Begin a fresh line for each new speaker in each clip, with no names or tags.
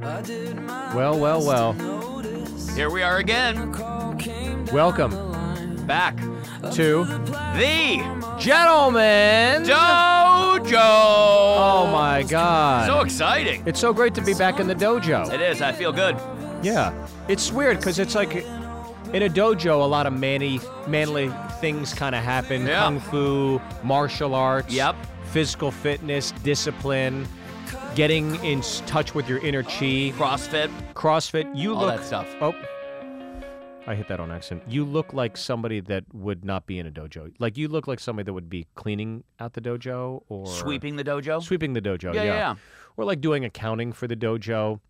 Well, well, well.
Here we are again,
Welcome
back.
to
The
Gentlemen.
Dojo.
oh
Oh
my
So
God.
exciting.
It's so great to be back in the dojo.
It is. I feel good.
Yeah. It's weird because it's like in a dojo, a lot of manly, manly things kind of happen
Yeah.
kung fu, martial arts,
Yep.
physical fitness, discipline, getting in s- touch with your inner chi.
CrossFit.
CrossFit, you
All
look
that stuff.
Oh, I hit that on accident. You look like somebody that would not be in a dojo. Like you look like somebody that would be cleaning out the dojo or
Sweeping the dojo.
sweeping the dojo.
Yeah,
Yeah,
yeah, yeah.
Or like doing accounting for the dojo.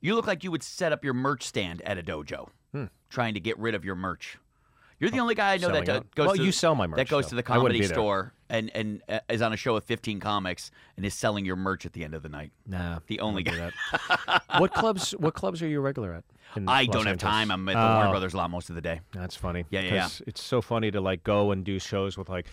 You look like you would set up your merch stand at a dojo, trying to get rid of your merch. You're the only guy I know
Hmm. Oh,
that
selling
do-
out.
goes
Well,
to
you sell my merch,
that goes
so
to the
I wouldn't
comedy
be there.
store and and uh, is on a show with 15 comics and is selling your merch at the end of the night.
Nah,
The only
do
guy.
that. what clubs? What clubs are you a regular at? in
I
Los
don't have
Angeles?
time. I'm at the
Oh,
Warner Brothers lot most of the day.
That's funny.
Yeah, yeah, yeah.
'cause It's so funny to like go and do shows with like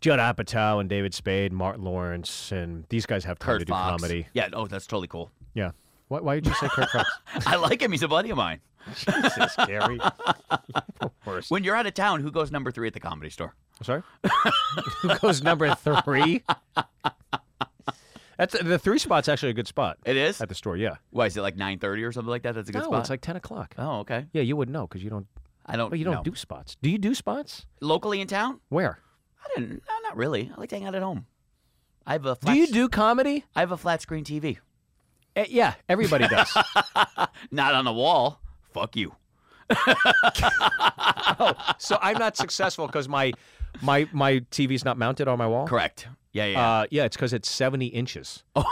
Judd Apatow and David Spade, Martin Lawrence, and these guys have time to
Kurt
do
Fox.
comedy.
Yeah. Oh, that's totally cool.
Yeah. Why, why did you say Kurt Fox?
I like him. He's a buddy of mine.
Jesus, Gary. The worst.
When you're out of town, who goes number three at the comedy store?
I'm sorry? Who goes number three? That's the three spot's actually a good spot
It is.
at the store, yeah.
Why is it like 9:30 or something like that? That's a good
no,
spot.
it's like 10 o'clock.
oh, okay.
Yeah, you wouldn't know because you don't,
I don't.
well, you don't
know.
do spots. Do you do spots?
locally in town.
Where?
I didn't. No, not really. I like to hang out at home. I have a. Flat
Do you do comedy?
I have a flat screen TV.
Eh, yeah, everybody does.
Not on the wall. Fuck you.
so I'm not successful because my, my, my TV's not mounted on my wall.
Correct. Yeah, Oh. yeah.
Uh, yeah, it's because it's 70 inches.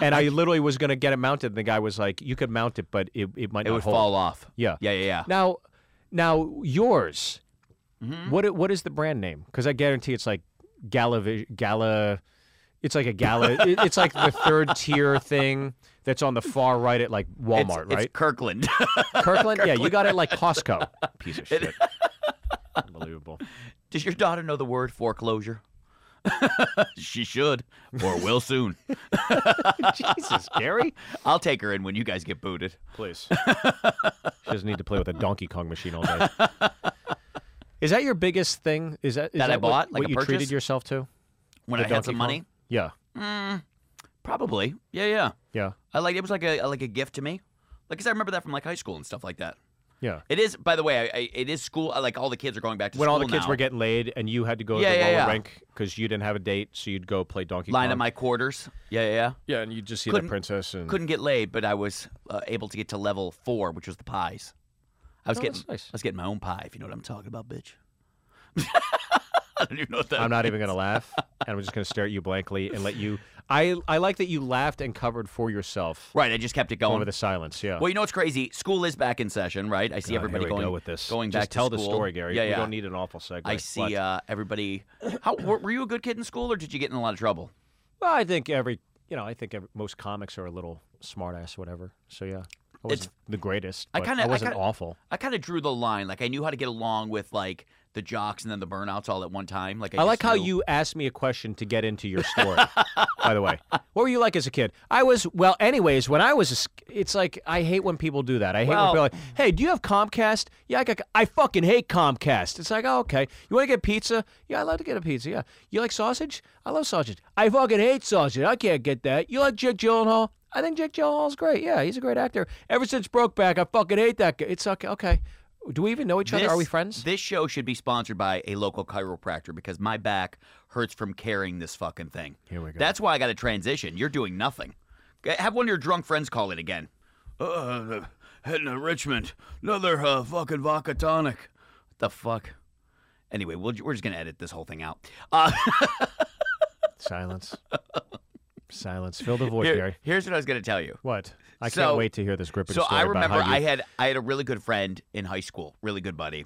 and I literally was going to get it mounted, and the guy was like, "You could mount it, but it, it might
it
not
would
hold."
fall off.
Yeah.
Yeah, yeah, yeah.
Now, now yours.
Mm-hmm.
What i- what is the brand name? Because I guarantee it's like Gala Gala. It's like a gala. it- it's like the third tier thing that's on the far right at like
It's,
Walmart,
it's
right?
Kirkland.
Kirkland? Yeah, you got it like Costco. Piece of shit. Unbelievable.
Does your daughter know the word foreclosure? she should, or will soon.
Jesus, Gary.
I'll take her in when you guys get booted.
Please. she doesn't need to play with a Donkey Kong machine all day. Is that your biggest thing? Is that is
That I
what- What,
bought? Like a
you treated
purchase?
yourself to?
When
The
I had
Donkey
some
Kong?
money,
Yeah,
probably. Yeah, yeah.
yeah,
I like it was like a like a gift to me, like 'cause I remember that from like high school and stuff like that.
yeah.
It is, by the way, I, I, it is school. I, like all the kids are going back to
When
school
all the kids
now.
were getting laid and you had to go
Yeah,
to the
yeah,
roller
yeah.
rink because you didn't have a date, so you'd go play Donkey
lined
Kong.
up my quarters. Yeah, yeah, yeah.
yeah, and you'd just see
Couldn't-
the princess and
Couldn't get laid, but I was uh, able to get to level four, which was the pies. I was
Oh,
getting,
that's nice.
I was getting my own pie. If you know what I'm talking about, bitch. I don't even know what that.
I'm not even gonna laugh, and I'm just gonna stare at you blankly and let you. I I like that you laughed and covered for yourself
Right, I just kept it
over
going.
the silence. Yeah.
Well, you know what's crazy? School is back in session, right? I see
God,
everybody
here we
going
go with this.
going
just
back.
tell
to
the
school.
story, Gary.
Yeah,
we
yeah.
don't need an awful segue.
I
What?
see uh, everybody. How were, were you a good kid in school, or did you get in a lot of trouble?
Well, I think every you know, I think every, most comics are a little smartass, or whatever. So yeah, I
It's-
wasn't the greatest.
I
but
kinda-
I
I
wasn't
kinda-
awful.
I kind of drew the line. Like I knew how to get along with like the jocks and then the burnouts all at one time. Like I,
I like
just
how
knew-
you asked me a question to get into your story. by the way, what were you like as a kid? I was well. Anyways, when I was, a s it's like I hate when people do that. I hate
Well-
when people are like, "Hey, do you have Comcast?" Yeah, I got. I fucking hate Comcast. It's like, oh, okay. You want to get pizza? Yeah, I love to get a pizza. Yeah, you like sausage? I love sausage. I fucking hate sausage. I can't get that. You like Jake Gyllenhaal? I think Jake Gyllenhaal's great. Yeah, he's a great actor. Ever since Brokeback, I fucking hate that guy. It's okay. Okay. Do we even know each other? Are we
This-
friends?
This show should be sponsored by a local chiropractor because my back hurts from carrying this fucking thing.
Here we go.
That's why I got to transition. You're doing nothing. G- Have one of your drunk friends call it again. Uh, heading to Richmond. Another uh, fucking vodka tonic. What the fuck? Anyway, we'll, we're just going to edit this whole thing out. Uh,
Silence. Silence. Fill the void,
here-
Gary.
here's what I was going to tell you.
What? I
So-
can't wait to hear this gripping
So
story
I remember
about how
I
you,
had I had a really good friend in high school, really good buddy.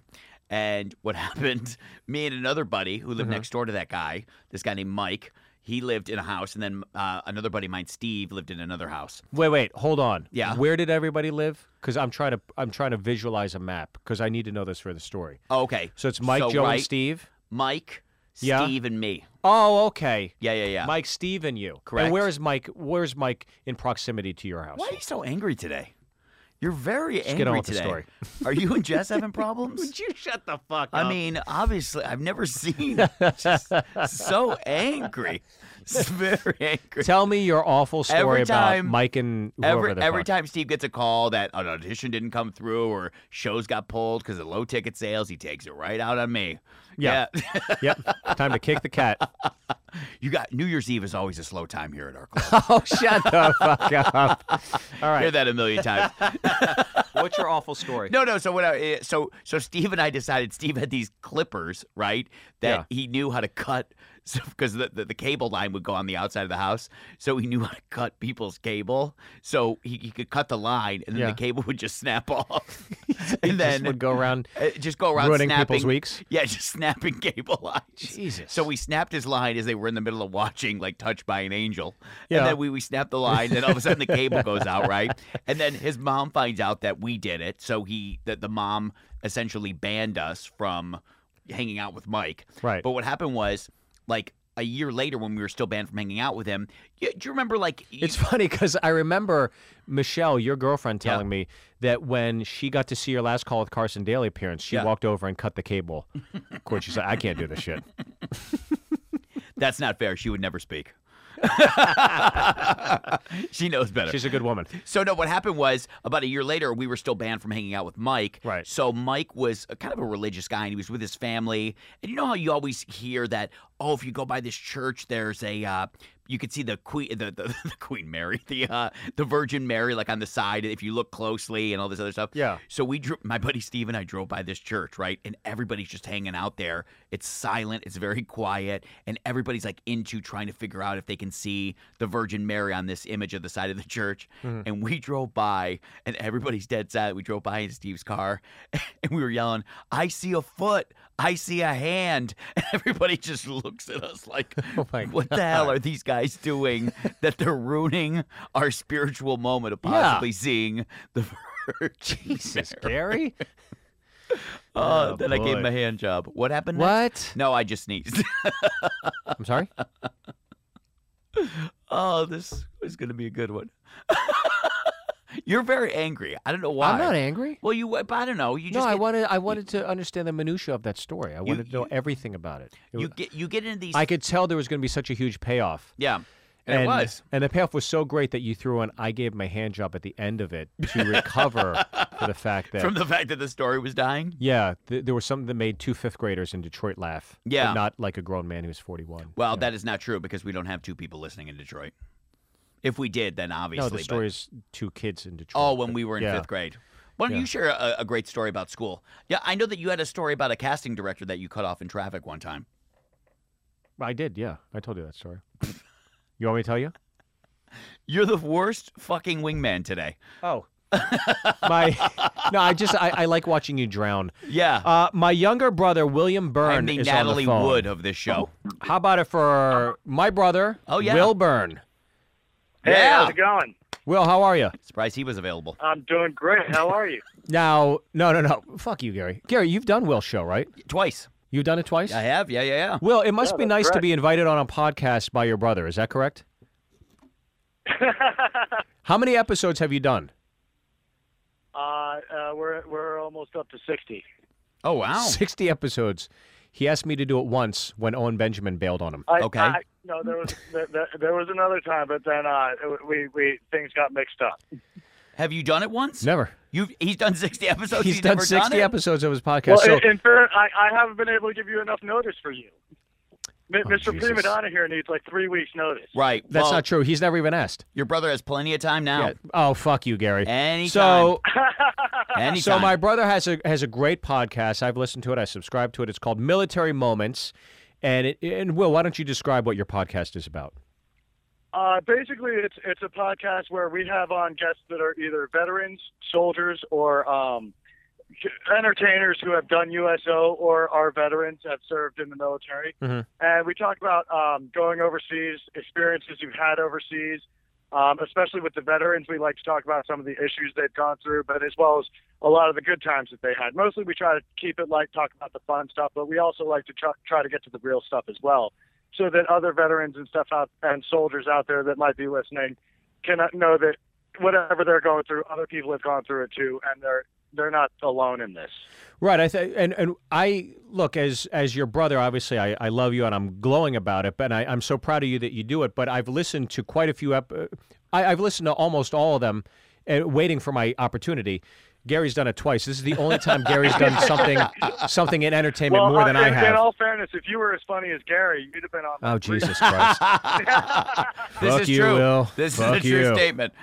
And what happened, me and another buddy who
Uh-huh.
lived next door to that guy, this guy named Mike, he lived in a house, and then uh, another buddy of mine, Steve, lived in another house.
Wait, wait, hold on.
Yeah.
Where did everybody live? Because I'm trying to I'm trying to visualize a map because I need to know this for the story.
Oh, okay.
So it's Mike, Joe,
right,
and Steve.
Mike,
Yeah?
Steve and me.
Oh, okay.
Yeah, yeah, yeah.
Mike, Steve, and you.
Correct.
And where is Mike? Where's Mike in proximity to your house?
Why are you so angry today? You're very angry
get on with the
today.
story.
Are you and Jess having problems?
Would you shut the fuck up?
I mean, obviously, I've never seen just so angry. It's very angry.
tell me your awful story
Every
about
time-
Mike and whoever
Every,
the
every
fuck.
time Steve gets a call that an audition didn't come through or shows got pulled because of low ticket sales, he takes it right out on me.
Yeah.
yeah.
Yep. Time to kick the cat.
you got New Year's Eve is always a slow time here at our club.
oh, shut the fuck up. All
I hear
right.
that a million times.
What's your awful story?
No, no. So what? I, uh, so so Steve and I decided Steve had these clippers, right? That he knew how to cut, because the, the the cable line would go on the outside of the house, so he knew how to cut people's cable. So he, he could cut the line, and then
Yeah.
the cable would just snap off,
He just
and then
would go around
uh, just go around
ruining
snapping
people's weeks.
Yeah, just snapping cable lines.
Jesus.
So we snapped his line as they were in the middle of watching, like Touched by an Angel.
Yeah.
And then we, we snapped the line, and all of a sudden the cable goes out, right? And then his mom finds out that we did it. So he, that the mom essentially banned us from hanging out with Mike.
Right.
But what happened was, like, a year later when we were still banned from hanging out with him, y do you remember, like, you-
It's funny because I remember Michelle, your girlfriend,
Yeah.
telling me that when she got to see your last call with Carson Daly appearance, she
Yeah.
walked over and cut the cable. of course, she said, "I can't do this shit."
that's not fair. She would never speak. she knows better.
She's a good woman.
So no, what happened was about a year later, we were still banned from hanging out with Mike.
Right.
So Mike was a, kind of a religious guy, and he was with his family. And you know how you always hear that, oh, if you go by this church, there's a. Uh, you could see the queen, the, the, the Queen Mary, the uh, the Virgin Mary, like on the side if you look closely, and all this other stuff.
Yeah.
So we drew. My buddy Steve and I drove by this church, right? And everybody's just hanging out there. It's silent. It's very quiet, and everybody's like into trying to figure out if they can see the Virgin Mary on this image of the side of the church. And we drove by, and everybody's dead silent. We drove by in Steve's car, and we were yelling, "I see a foot." I see a hand, and everybody just looks at us like,
Oh my
"What the hell are these guys doing? that they're ruining our spiritual moment of
Yeah.
possibly seeing the Virgin
Jesus, Gary.
Oh,
Oh,
then I gave him
boy.
a hand job. What happened? next?
What?
No, I just sneezed.
I'm sorry.
oh, this is going to be a good one. You're very angry. I don't know why.
I'm not angry.
Well, you, but I don't know. You
No,
just
I
get,
wanted I wanted to understand the minutia of that story. I wanted to know
you-
everything about it. It
you
was-
get you get into these.
I could tell there was going to be such a huge payoff.
yeah, and, it was.
And the payoff was so great that you threw in I gave my hand job at the end of it to recover for the fact that
From the fact that the story was dying.
Yeah, th- there was something that made two fifth graders in Detroit laugh. but
Yeah.
not like a grown man who's 41.
Well, that is not true because we don't have two people listening in Detroit. If we did, then
no,
obviously.
the
but-
story is two kids in Detroit.
oh, when we were in
yeah.
fifth grade. Why don't
Yeah.
you share a, a great story about school? Yeah, I know that you had a story about a casting director that you cut off in traffic one time.
I did, yeah. I told you that story. you want me to tell you?
You're the worst fucking wingman today.
Oh. my No, I just I, I like watching you drown.
Yeah.
Uh, my younger brother William Byrne
I'm the
is
Natalie
on the phone.
Wood of this show.
How about it for my brother?
Oh, yeah.
Will Byrne.
Hey,
Yeah.
how's it going? Uh,
Will, how are you?
Surprised he was available.
I'm doing great. How are you?
Now, no, no, no. Fuck you, Gary. Gary, you've done Will's show, right?
Twice.
You've done it twice.
I have. Yeah, yeah, yeah.
Will, it must
Yeah,
be
that's
nice to
correct.
be invited on a podcast by your brother. Is that correct? How many episodes have you done?
uh, uh, we're we're almost up to sixty.
Oh, wow.
60 episodes. He asked me to do it once when Owen Benjamin bailed on him.
I,
Okay.
I, no, there was there, there, there was another time, but then uh, we we things got mixed up.
Have you done it once?
Never.
You've, he's done 60 episodes.
He's
You've
done
Oh, never
60
done it?
episodes of his podcast.
Well,
so,
in, in fair, I, I haven't been able to give you enough notice for you. M-
Oh,
Mr.
Jesus.
Prima Donna here needs like three weeks' notice.
Right.
that's
well,
not true. He's never even asked.
Your brother has plenty of time now.
Yeah. Oh, fuck you, Gary.
Anytime.
So,
Anytime.
so my brother has a has a great podcast. I've listened to it. I subscribe to it. It's called Military Moments. And it, and Will, why don't you describe what your podcast is about?
Uh, basically, it's it's a podcast where we have on guests that are either veterans, soldiers, or um, entertainers who have done USO or are veterans have served in the military,
Mhm.
and we talk about um, going overseas, experiences you've had overseas, Um, especially with the veterans, we like to talk about some of the issues they've gone through, but as well as a lot of the good times that they had. Mostly, we try to keep it light, talk about the fun stuff, but we also like to try, try to get to the real stuff as well, so that other veterans and stuff out and soldiers out there that might be listening can uh, know that whatever they're going through, other people have gone through it too, and they're they're not alone in this.
Right. I th- and and I look as as your brother. Obviously, I, I love you and I'm glowing about it. But I, I'm so proud of you that you do it. But I've listened to quite a few. Ep- uh, I, I've listened to almost all of them, uh, waiting for my opportunity. Gary's done it twice. This is the only time Gary's done something something in entertainment more
uh,
than I
in, in
have.
all fairness, if you were as funny as Gary, you'd have been on.
Oh Jesus Christ!
This
Fuck
is
you,
true.
Will.
This
Fuck
is a true
you.
statement.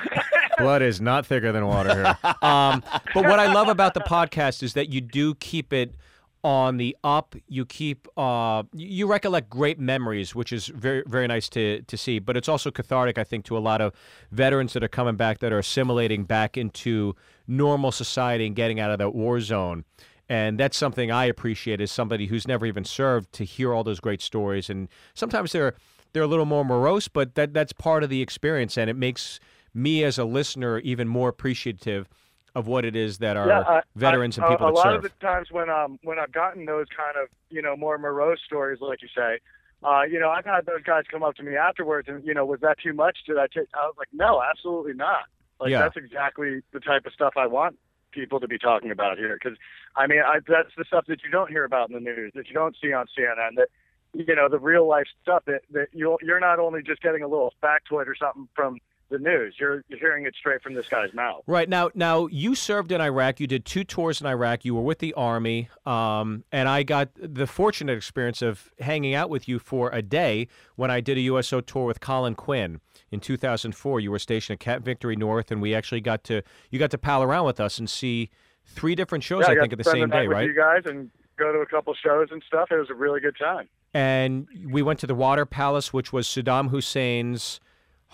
blood is not thicker than water here. Um, but what I love about the podcast is that you do keep it on the up. You keep uh, you recollect great memories, which is very very nice to to see. But it's also cathartic, I think, to a lot of veterans that are coming back that are assimilating back into normal society and getting out of that war zone. And that's something I appreciate as somebody who's never even served to hear all those great stories. And sometimes they're they're a little more morose, but that that's part of the experience, and it makes me as a listener even more appreciative of what it is that our
I-
veterans
I-
and people
a, a
that
lot
serve.
of the times when um when I've gotten those kind of you know more morose stories, like you say, uh, you know I've had those guys come up to me afterwards and you know was that too much? Did I take? I was like, no, absolutely not. Like
Yeah.
that's exactly the type of stuff I want people to be talking about here because I mean I, that's the stuff that you don't hear about in the news that you don't see on CNN that you know the real life stuff that that you you're not only just getting a little factoid or something from the news you're you're hearing it straight from this guy's mouth.
Right now, now you served in Iraq. You did two tours in Iraq. You were with the army, um, and I got the fortunate experience of hanging out with you for a day when I did a USO tour with Colin Quinn in 2004. You were stationed at Camp Victory North, and we actually got to you got to pal around with us and see three different shows. I
got
think
to
at the
spend
same
night
day,
with
right?
You guys and go to a couple shows and stuff. It was a really good time.
and we went to the Water Palace, which was Saddam Hussein's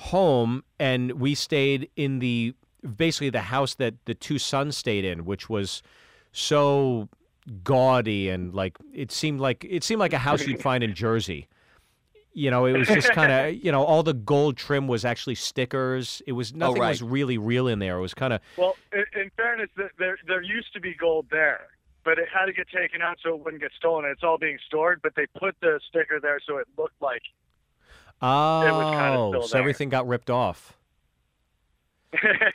home, and we stayed in the basically the house that the two sons stayed in, which was so gaudy and like it seemed like it seemed like a house you'd find in Jersey. You know, it was just kind of you know all the gold trim was actually stickers. It
Oh,
was nothing was really real in there. It was kind of
Well, in, in fairness, th- there there used to be gold there, but it had to get taken out so it wouldn't get stolen. It's all being stored, but they put the sticker there so it looked like. kinda
oh,
still
so
there.
everything got ripped off.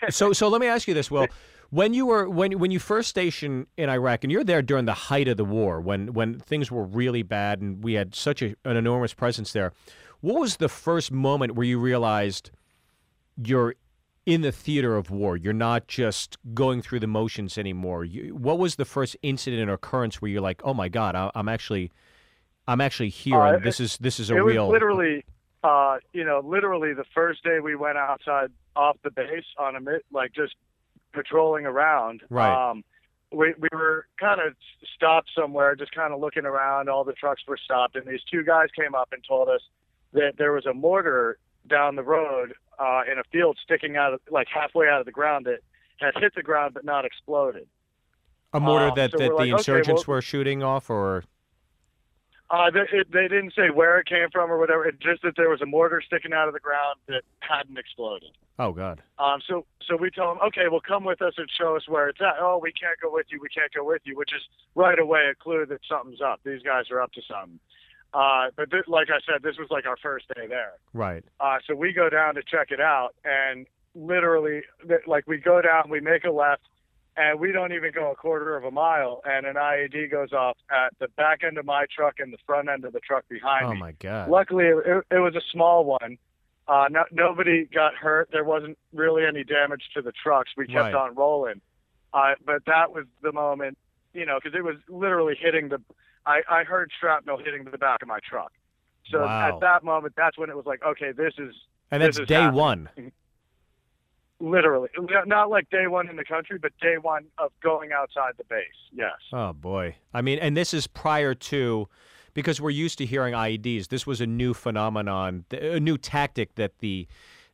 so so let me ask you this, Will. When you were when when you first stationed in Iraq, and you're there during the height of the war, when when things were really bad, and we had such a, an enormous presence there, what was the first moment where you realized you're in the theater of war? You're not just going through the motions anymore. You, what was the first incident or occurrence where you're like, oh my god, I, I'm actually, I'm actually here,
Uh,
and this is this is a
it
real
was literally, uh, you know, literally the first day we went outside off the base on a mi- like just patrolling around.
Right.
Um, we we were kind of stopped somewhere, just kind of looking around. All the trucks were stopped, and these two guys came up and told us that there was a mortar down the road uh, in a field sticking out of like halfway out of the ground that had hit the ground but not exploded.
a mortar
uh,
that,
so
that
we're
the
like, okay,
insurgents
well-
were shooting off, or
Uh, they, it, they didn't say where it came from or whatever. It just that there was a mortar sticking out of the ground that hadn't exploded.
oh god,
Um, so, so we tell them, okay, well, come with us and show us where it's at. Oh, we can't go with you. We can't go with you, which is right away a clue that something's up. These guys are up to something. Uh, but th- like I said, this was like our first day there.
right.
Uh, so we go down to check it out, and literally, th- like we go down, we make a left, and we don't even go a quarter of a mile, and an IED goes off at the back end of my truck and the front end of the truck behind
oh
me.
my god.
Luckily, it, it- it was a small one. Uh, no, nobody got hurt. There wasn't really any damage to the trucks. We kept
Right.
on rolling. Uh, but that was the moment, you know, because it was literally hitting the. I, I heard shrapnel hitting the back of my truck. So
Wow.
at that moment, that's when it was like, okay, this is
And
This
that's
is
day
happening.
one.
literally not- not like day one in the country, but day one of going outside the base. Yes.
Oh boy. I mean, and this is prior to, because we're used to hearing IEDs. This was a new phenomenon, th- a new tactic that the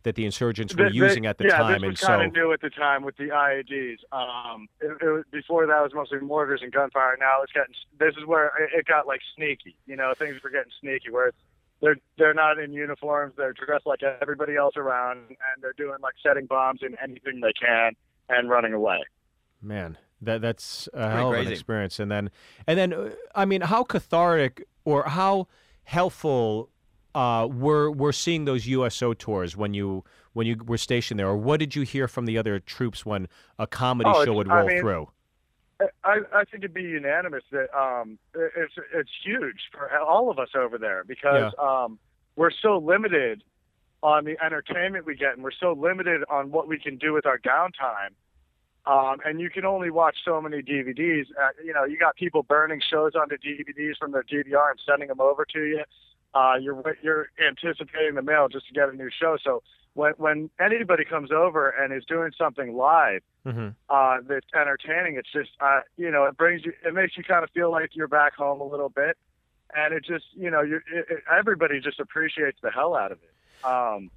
that the insurgents were
Th- they-
using at the
yeah,
time,
this
and
was
so
kind of new at the time with the IEDs. Um, it, it was, before that was mostly mortars and gunfire. Now it's gotten. This is where it, it got like sneaky. You know, things were getting sneaky. Where it's they're they're not in uniforms. They're dressed like everybody else around, and they're doing like setting bombs in anything they can and running away.
Man, that that's a hell of an
crazy.
experience. And then, and then, uh, I mean, how cathartic or how helpful uh, were were seeing those USO tours when you when you were stationed there, or what did you hear from the other troops when a comedy
Oh,
show
it's-
would
I
roll
mean,
through?
I, I think it'd be unanimous that um, it- it's it's huge for all of us over there because um, we're so limited on the entertainment we get, and we're so limited on what we can do with our downtime. Um, and you can only watch so many DVDs. Uh, you know, you got people burning shows onto DVDs from their DVR and sending them over to you. Uh, you're you're anticipating the mail just to get a new show. So when when anybody comes over and is doing something live
Mm-hmm.
uh, that's entertaining. It's just, uh, you know, it brings you, it makes you kind of feel like you're back home a little bit, and it just, you know, you it, it, everybody just appreciates the hell out of it. Um,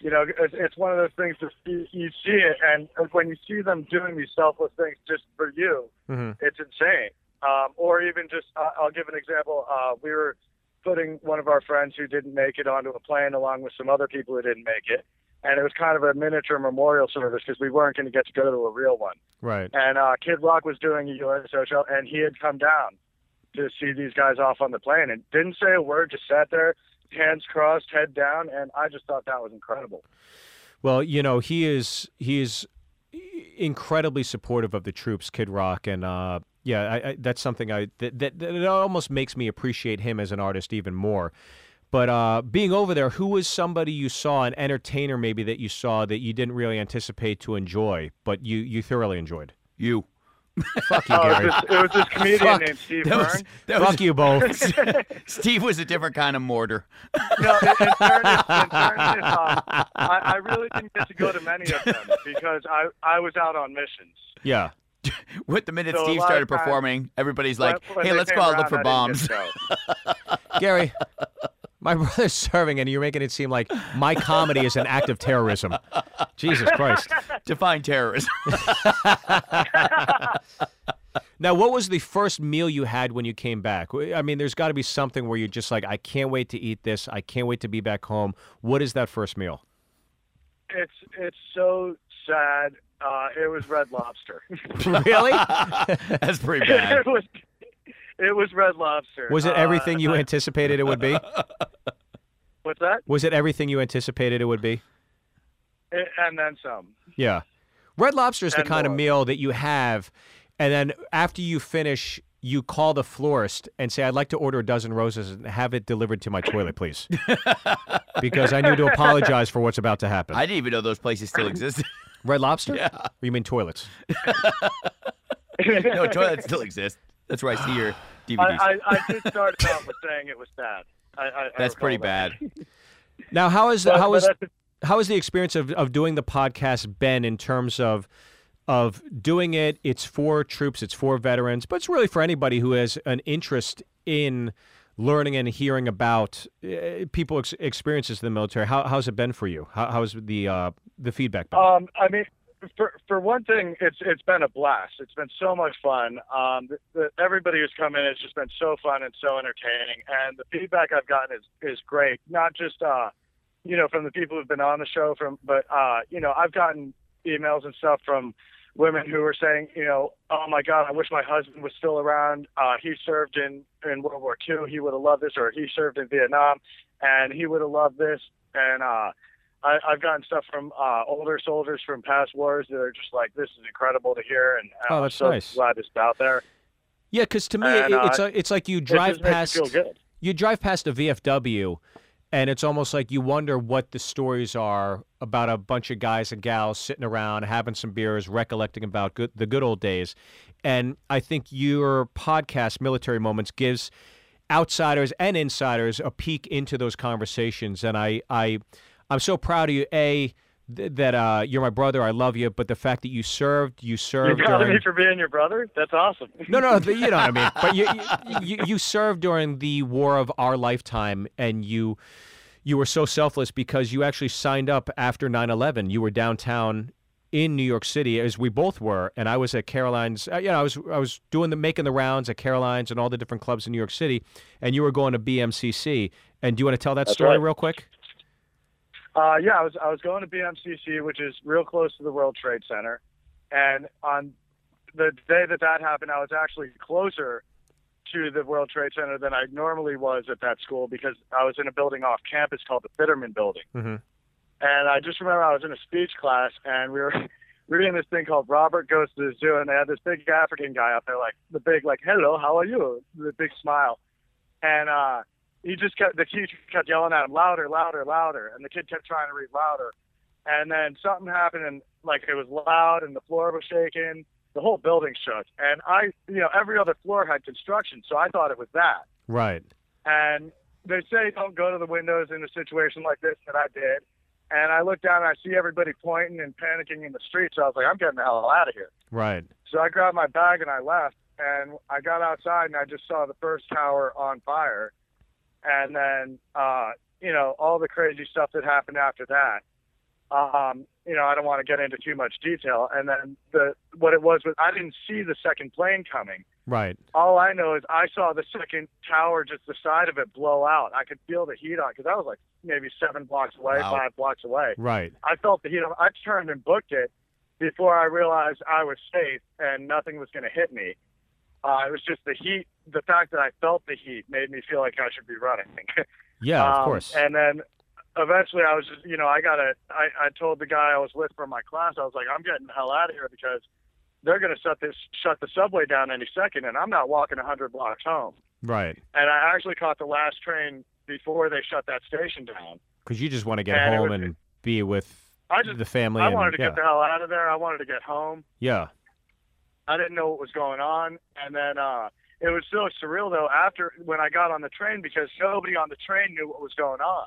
you know, it's, it's one of those things that you, you see it, and when you see them doing these selfless things just for you,
Mm-hmm.
it's insane. Um, or even just, uh, I'll give an example. Uh, we were putting one of our friends who didn't make it onto a plane along with some other people who didn't make it. And it was kind of a miniature memorial service because we weren't going to get to go to a real one
Right.
and uh, Kid Rock was doing a USO show, and he had come down to see these guys off on the plane and didn't say a word, just sat there, hands crossed, head down, and I just thought that was incredible.
Well, you know, he is he is incredibly supportive of the troops, Kid Rock, and uh, yeah, I, I, that's something I that, that that almost makes me appreciate him as an artist even more. But uh, being over there, who was somebody you saw, an entertainer maybe that you saw that you didn't really anticipate to enjoy, but you you thoroughly enjoyed?
You.
Fuck you,
Oh, it,
Gary.
was this, it was this comedian
Fuck.
named Steve
That was,
Byrne.
that was
Fuck you both.
Steve was a different kind of mortar.
No, in, in fairness, in fairness, um, I, I really didn't get to go to many of them because I, I was out on missions.
Yeah.
With the minute
So a
Steve
lot of
started
times-
performing, everybody's like,
When- when
"Hey,
they
let's
came
go out and
around,
look for bombs."
I didn't get to go.
Gary, my brother's serving, and you're making it seem like my comedy is an act of terrorism. Jesus Christ.
Define terrorism.
Now, what was the first meal you had when you came back? W- I mean, there's got to be something where you're just like, I can't wait to eat this. I can't wait to be back home. What is that first meal?
It's, it's so sad. Uh, it was Red Lobster.
really?
That's pretty bad.
it was it was Red Lobster.
Was it
Uh,
everything you anticipated it would be?
What's that?
Was it everything you anticipated it would be?
It, and then some.
Yeah. Red lobster is the
And
kind of
more.
meal that you have, and then after you finish, you call the florist and say, I'd like to order a dozen roses and have it delivered to my toilet, please. because I need to apologize for what's about to happen.
I didn't even know those places still existed.
Red lobster?
Yeah.
Or you mean toilets?
no, toilets still exist. That's where I see your DVDs.
I, I, I did start out with saying it was sad. I, I, I
That's
recall
pretty
that.
bad.
Now, how is
But-
how
but
is
that's-
how is the experience of, of doing the podcast been in terms of of doing it? It's for troops, it's for veterans, but it's really for anybody who has an interest in learning and hearing about uh, people ex- experiences in the military. How, how's it been for you? How, how's the uh, the feedback been?
Um, I mean, for for one thing, it's it's been a blast. It's been so much fun. Um, the, the, everybody who's come in has just been so fun and so entertaining, and the feedback I've gotten is is great. Not just uh, you know, from the people who've been on the show, from but uh, you know, I've gotten emails and stuff from women who were saying, you know, oh my God, I wish my husband was still around. Uh, he served in in World War II. He would have loved this, or he served in Vietnam, and he would have loved this, and uh. I, I've gotten stuff from uh, older soldiers from past wars that are just like, "This is incredible to hear," and uh,
Oh,
I'm
that's
so
nice.
glad it's out there.
yeah, because to me, it-
and, uh,
it's like, it's like you
it
drive
just makes you
past
feel good.
you drive past a VFW, and it's almost like you wonder what the stories are about a bunch of guys and gals sitting around having some beers, recollecting about good, the good old days. And I think your podcast, Military Moments, gives outsiders and insiders a peek into those conversations. And I, I, I'm so proud of you. A th- that uh, you're my brother. I love you. But the fact that you served, you
You're
served
proud of
during
me for being your brother. That's awesome.
no, no, the, you know what I mean. But you, you, you, you served during the war of our lifetime, and you, you were so selfless because you actually signed up after 9-11. You were downtown in New York City, as we both were, and I was at Caroline's. uh, You know, I was I was doing the making the rounds at Caroline's and all the different clubs in New York City, and you were going to BMCC. And do you want to tell that story
right.
real quick?
Uh, yeah, I was I was going to BMCC, which is real close to the World Trade Center, and on the day that that happened, I was actually closer to the World Trade Center than I normally was at that school because I was in a building off campus called the Bitterman Building,
Mhm.
and I just remember I was in a speech class and we were. we Reading this thing called Robert Goes to the Zoo, and they had this big African guy up there, like the big, like, "Hello, how are you?" The big smile, and uh, he just kept the teacher kept yelling at him louder, louder, louder, and the kid kept trying to read louder. And then something happened, and like it was loud, and the floor was shaking, the whole building shook. And I, you know, every other floor had construction, so I thought it was that.
Right.
And they say don't go to the windows in a situation like this, and I did. And I looked down and I see everybody pointing and panicking in the street, so I was like, I'm getting the hell out of here.
Right.
So I grabbed my bag and I left. And I got outside and I just saw the first tower on fire. And then, uh, you know, all the crazy stuff that happened after that. Um, you know, I don't want to get into too much detail. And then the what it was was I didn't see the second plane coming.
Right.
All I know is I saw the second tower, just the side of it blow out. I could feel the heat on because I was like maybe seven blocks away,
Wow.
five blocks away.
Right.
I felt the heat. of- I turned and booked it before I realized I was safe and nothing was going to hit me. Uh, it was just the heat. The fact that I felt the heat made me feel like I should be running.
Yeah.
Um,
of course.
And then eventually, I was just, you know, I got to. I I told the guy I was with from my class, I was like, I'm getting the hell out of here because they're going to shut this shut the subway down any second, and I'm not walking a hundred blocks home.
Right.
And I actually caught the last train before they shut that station down.
Because you just want to get
and it
home
was-
and be with
I just
the family.
I
and,
wanted to
yeah.
get the hell out of there. I wanted to get home.
Yeah.
I didn't know what was going on. And then uh, it was so surreal though after when I got on the train because nobody on the train knew what was going on.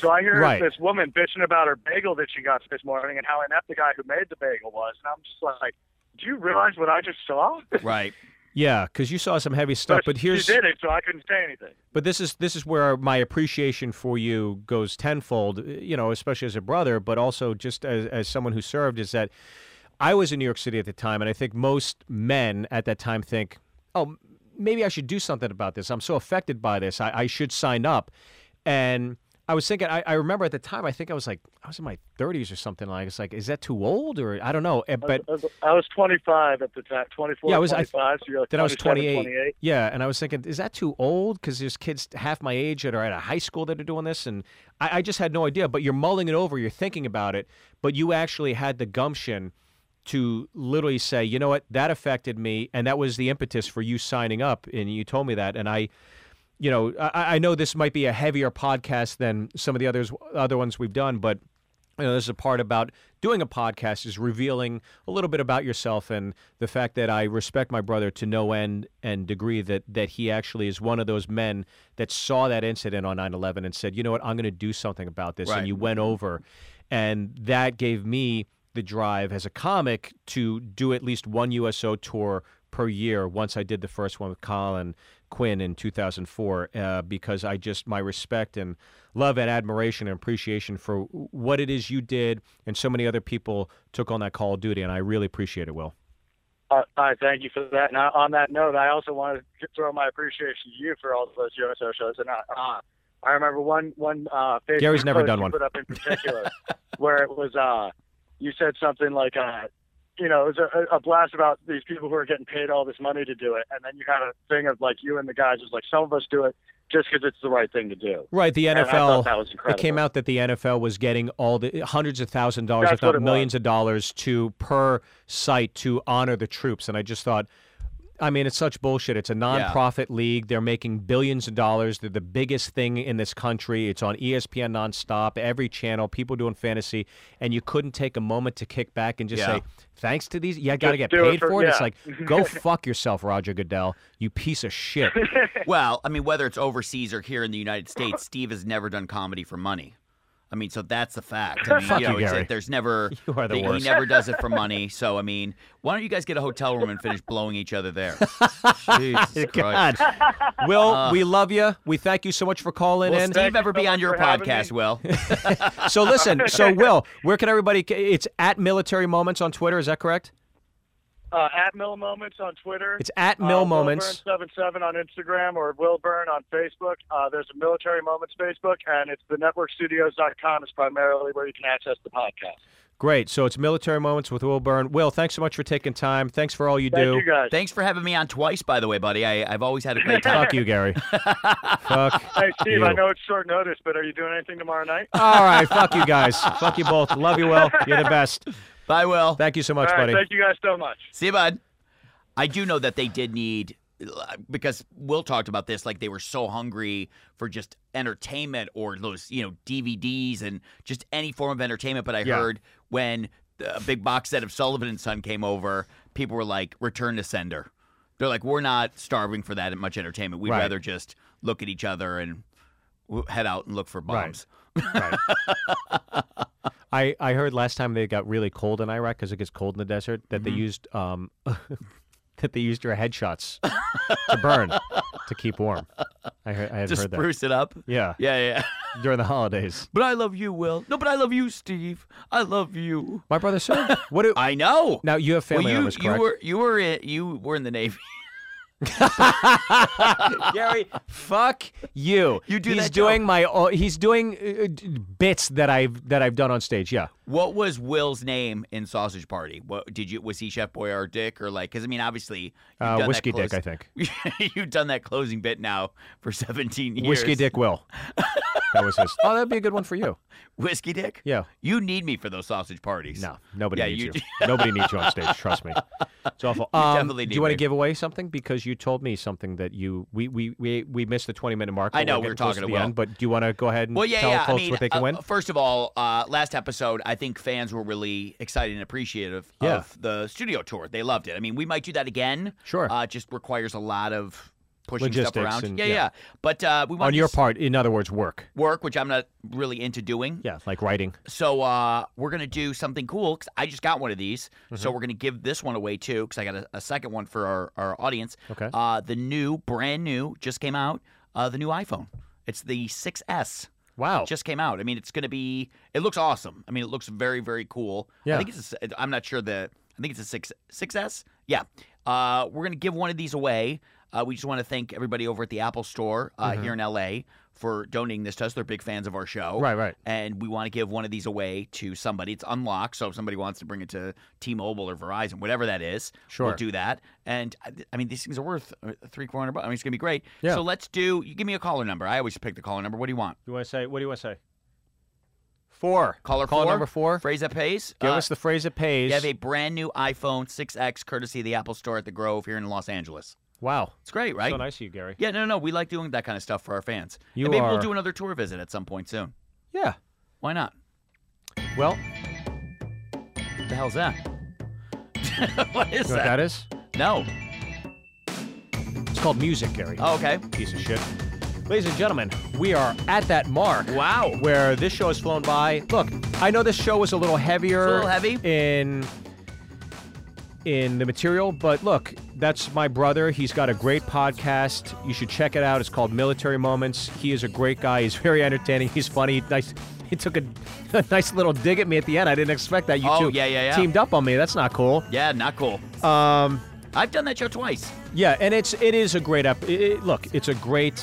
So I hear
Right.
this woman bitching about her bagel that she got this morning and how inept the guy who made the bagel was. And I'm just like, do you realize what I just saw?
Right.
Yeah. Because you saw some heavy stuff, but here's
she did it, so I couldn't say anything.
But this is this is where my appreciation for you goes tenfold. You know, especially as a brother, but also just as, as someone who served, is that I was in New York City at the time, and I think most men at that time think, "Oh, maybe I should do something about this. I'm so affected by this. I, I should sign up." And I was thinking, I, I remember at the time, I think I was like, I was in my 30s or something. Like, it's like, is that too old, or I don't know. And- But
I was, I was 25 at the time, 24,
Yeah, I was- I-
25. so you're like
then I was
27,
28. Yeah, and I was thinking, is that too old? Because there's kids half my age that are at a high school that are doing this, and I, I just had no idea. But you're mulling it over, you're thinking about it, but you actually had the gumption to literally say, you know what, that affected me, and that was the impetus for you signing up, and you told me that, and I. You know, I, I know this might be a heavier podcast than some of the others other ones we've done, but you know, there's a part about doing a podcast is revealing a little bit about yourself and the fact that I respect my brother to no end and degree that that he actually is one of those men that saw that incident on 9/11 and said, "You know what? I'm going to do something about this."
Right.
And you went over and that gave me the drive as a comic to do at least one USO tour per year once I did the first one with Colin Quinn in 2004 uh, because I just my respect and love and admiration and appreciation for what it is you did and so many other people took on that call of duty and I really appreciate it Will
Uh, I thank you for that. Now, on that note, I also want to throw my appreciation to you for all those USO shows. And uh, uh, I remember one one uh, Facebook
Gary's never
post
done
you
one.
put up in particular, where it was uh, you said something like, uh, you know, it was a, a blast about these people who are getting paid all this money to do it, and then you had a thing of like you and the guys was like, some of us do it just because it's the right thing to do.
right the
And I thought
NFL
that was
it
incredible.
came out that the NFL was getting all the hundreds of thousands of dollars,
That's
if
what
not
it
millions of dollars, to per site to honor the troops. And I just thought, I mean, it's such bullshit. It's a nonprofit league. They're making billions of dollars. They're the biggest thing in this country. It's on E ESPN nonstop, every channel, people doing fantasy. And you couldn't take a moment to kick back and just
Yeah.
say, thanks to these, yeah, got to get
Just do it
paid
for-
for, it. It's
yeah.
like, go fuck yourself, Roger Goodell, you piece of shit.
Well, I mean, whether it's overseas or here in the United States, Steve has never done comedy for money. I I mean, so that's the fact. I mean,
Fuck
you
you,
know, it's-
Gary.
there's never
You are the
he-
worst.
He never does it for money. So I mean, why don't you guys get a hotel room and finish blowing each other there? Jesus Christ.
God. Will, we love you. We thank you so much for calling
Will
in.
Steve ever
so
be on
much
your
for having
podcast,
me.
Will?
So listen, so Will, where can everybody? It's at Military Moments on Twitter. Is that correct?
Uh, at Mill Moments on Twitter. Uh,
It's at Mill Moments.
Seven seven on Instagram or Will Burn on Facebook. Uh, there's a Military Moments Facebook, and it's the networkstudios.com is primarily where you can access the podcast.
Great. So it's Military Moments with Will Byrne. Will, thanks so much for taking time. Thanks for all you
Thank
do.
you guys.
Thanks for having me on twice, by the way, buddy. I, I've always had a great time.
Fuck you, Gary. Fuck.
Hey Steve, I
you.
know it's short notice, but are you doing anything tomorrow night?
All right. Fuck you guys. Fuck you both. Love you, Will. You're the best.
Bye, Will.
Thank you so
All
much,
right,
buddy.
thank you guys so much.
See you, bud. I do know that they did need because Will talked about this, like they were so hungry for just entertainment or those, you know, DVDs and just any form of entertainment. But I
Yeah.
heard when the- a big box set of Sullivan and Son came over, people were like, "Return to sender." They're like, "We're not starving for that much entertainment. We'd
Right.
rather just look at each other and w- head out and look for
Right.
bombs."
Right. I, I heard last time they got really cold in Iraq because it gets cold in the desert that
Mm-hmm.
they used um that they used your headshots to burn to keep warm. I heard I had
Just
heard that.
spruce it up.
Yeah,
Yeah, yeah.
during the holidays.
But I love you, Will. No, but I love you, Steve. I love you.
My brother Sue. What do
I know.
now you have family
well, you,
members,
you
correct?
were you were in, you were in the navy.
Gary, fuck you.
You do
he's
that
doing my o- he's doing uh, d- bits that I've that I've done on stage. Yeah.
What was Will's name in Sausage Party? What did you was he Chef Boyardee Dick or like? Because I mean, obviously, you've
Uh,
done
Whiskey
that
Dick, I think.
think you've done that closing bit now for seventeen years.
Whiskey Dick Will. That was his. Oh, that'd be a good one for you.
Whiskey Dick.
Yeah.
You need me for those sausage parties.
No, nobody
Yeah,
needs you.
you-
nobody needs you on stage. Trust me. It's awful. Um,
definitely
do
need
you want
me.
to give away something because you told me something that you we we we, we missed the twenty minute mark.
I
but
know,
we're
we're
getting close
talking
to
to
the
Will.
end, but do you want to go ahead and
Well, yeah,
tell
yeah.
folks
I mean,
what they can
uh,
win?
First of all, uh, last episode, I think fans were really excited and appreciative
Yeah.
of the studio tour. They loved it. I mean, we might do that again.
Sure.
Uh, just requires a lot of pushing stuff
Logistics
around.
and-
yeah,
yeah.
yeah, But uh, we want
on your part, in other words, work.
work, which I'm not really into doing.
Yeah, like writing.
So uh, we're gonna do something cool because I just got one of these. So
Mm-hmm.
we're gonna give this one away too because I got a, a second one for our, our audience.
Okay.
Uh, the new, brand new, just came out. Uh, the new iPhone. It's the 6S
Wow.
just came out. I mean, it's going to be. It looks awesome. I mean, it looks very, very cool.
Yeah.
I think it's. A, I'm not sure the. I think it's a six six S. Yeah. Uh, we're going to give one of these away. Uh, we just want to thank everybody over at the Apple Store uh,
Mm-hmm.
here in LA for donating this to us. They're big fans of our show.
Right, right.
And we want to give one of these away to somebody. It's unlocked, so if somebody wants to bring it to T-Mobile or Verizon, whatever that is,
Sure.
we'll do that. And I, I mean, these things are worth uh, three, four hundred bucks. I mean, it's gonna be great.
Yeah.
So let's do. You give me a caller number. I always pick the caller number. What do you want?
you want to say? What do you want to say? Four.
Caller
Call
four,
number four.
Phrase that pays.
Give
Uh,
us the phrase that pays.
You have a brand new iPhone 6X courtesy of the Apple Store at the Grove here in Los Angeles.
wow.
It's great, right?
So nice of you, Gary.
Yeah, no, no, we like doing that kind of stuff for our fans.
You
and maybe
are-
we'll do another tour visit at some point soon.
Yeah.
Why not?
Well,
What the hell's that? what
you know what
is that?
that is?
No.
It's called music, Gary.
Oh, okay.
piece of shit. Ladies and gentlemen, we are at that mark.
Wow.
Where this show has flown by. Look, I know this show was a little heavier.
It's a little heavy.
In in the material, but look, that's my brother. He's got a great podcast. You should check it out. It's called Military Moments. He is a great guy. He's very entertaining. He's funny. Nice. He took a, a nice little dig at me at the end. I didn't expect that. You
Oh,
two
yeah, yeah, yeah.
teamed up on me. That's not cool.
Yeah, not cool.
Um,
I've done that show twice.
yeah, and it's it is a great up. It, it- look, it's a great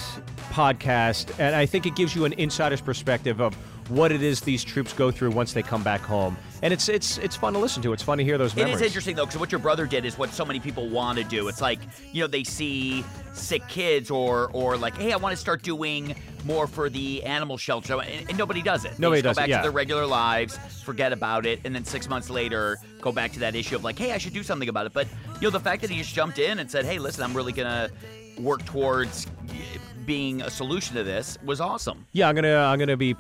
podcast, and I think it gives you an insider's perspective of what it is these troops go through once they come back home. And it's it's it's fun to listen to. It's fun to hear those memories.
It is interesting though, because what your brother did is what so many people want to do. It's like you know they see sick kids or or like, hey, I want to start doing more for the animal shelter, and, and nobody does it. They
Nobody
just
does it,
Go back
yeah.
to their regular lives, forget about it, and then six months later, go back to that issue of like, hey, I should do something about it. But you know the fact that he just jumped in and said, hey, listen, I'm really gonna work towards eh, being a solution to this was awesome.
Yeah, I'm gonna I'm gonna be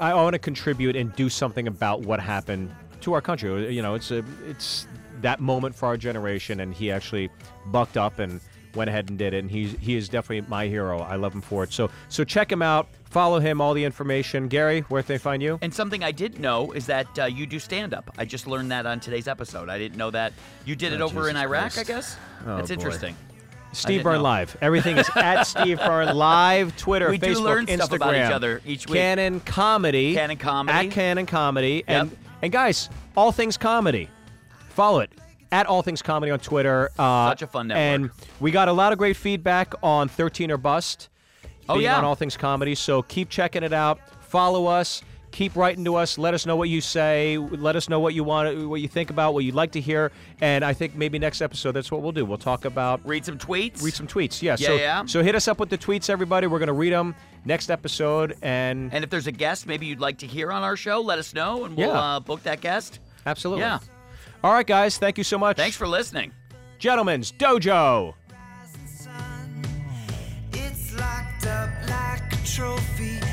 I want to contribute and do something about what happened to our Uh, country. You know, it's a it's that moment for our generation, and he actually bucked up and went ahead and did it. And he's, he is definitely my hero. I love him for it. So, so check him out. Follow him, all the information. Gary, where can they find you?
And something I did know is that uh, you do stand up. I just learned that on today's episode. I didn't know that you did it over in
Oh, Jesus
Iraq. I
Christ.
guess
Oh,
that's
boy.
interesting.
Steve
didn't
Byrne
know.
Live. Everything is at Steve Byrne Live, Twitter,
We do
Facebook,
learn
Instagram.
stuff about each other each week.
Canon Comedy.
Canon Comedy.
At Canon Comedy. And,
Yep.
and guys, All Things Comedy. Follow it. At All Things Comedy on Twitter. Uh,
Such a fun network.
And we got a lot of great feedback on 13 or Bust.
Oh,
being
yeah.
On All Things Comedy. So keep checking it out. Follow us. Keep writing to us. Let us know what you say. Let us know what you want, what you think about, what you'd like to hear. And I think maybe next episode, that's what we'll do. We'll talk about
Read some tweets.
read some tweets. Yeah.
Yeah,
so,
yeah.
So hit us up with the tweets, everybody. We're gonna read them next episode, and,
and if there's a guest maybe you'd like to hear on our show, let us know and we'll
Yeah.
uh, book that guest.
absolutely.
Yeah.
All right, guys. Thank you so much.
Thanks for listening.
gentlemen's dojo.
It's locked up like a trophy.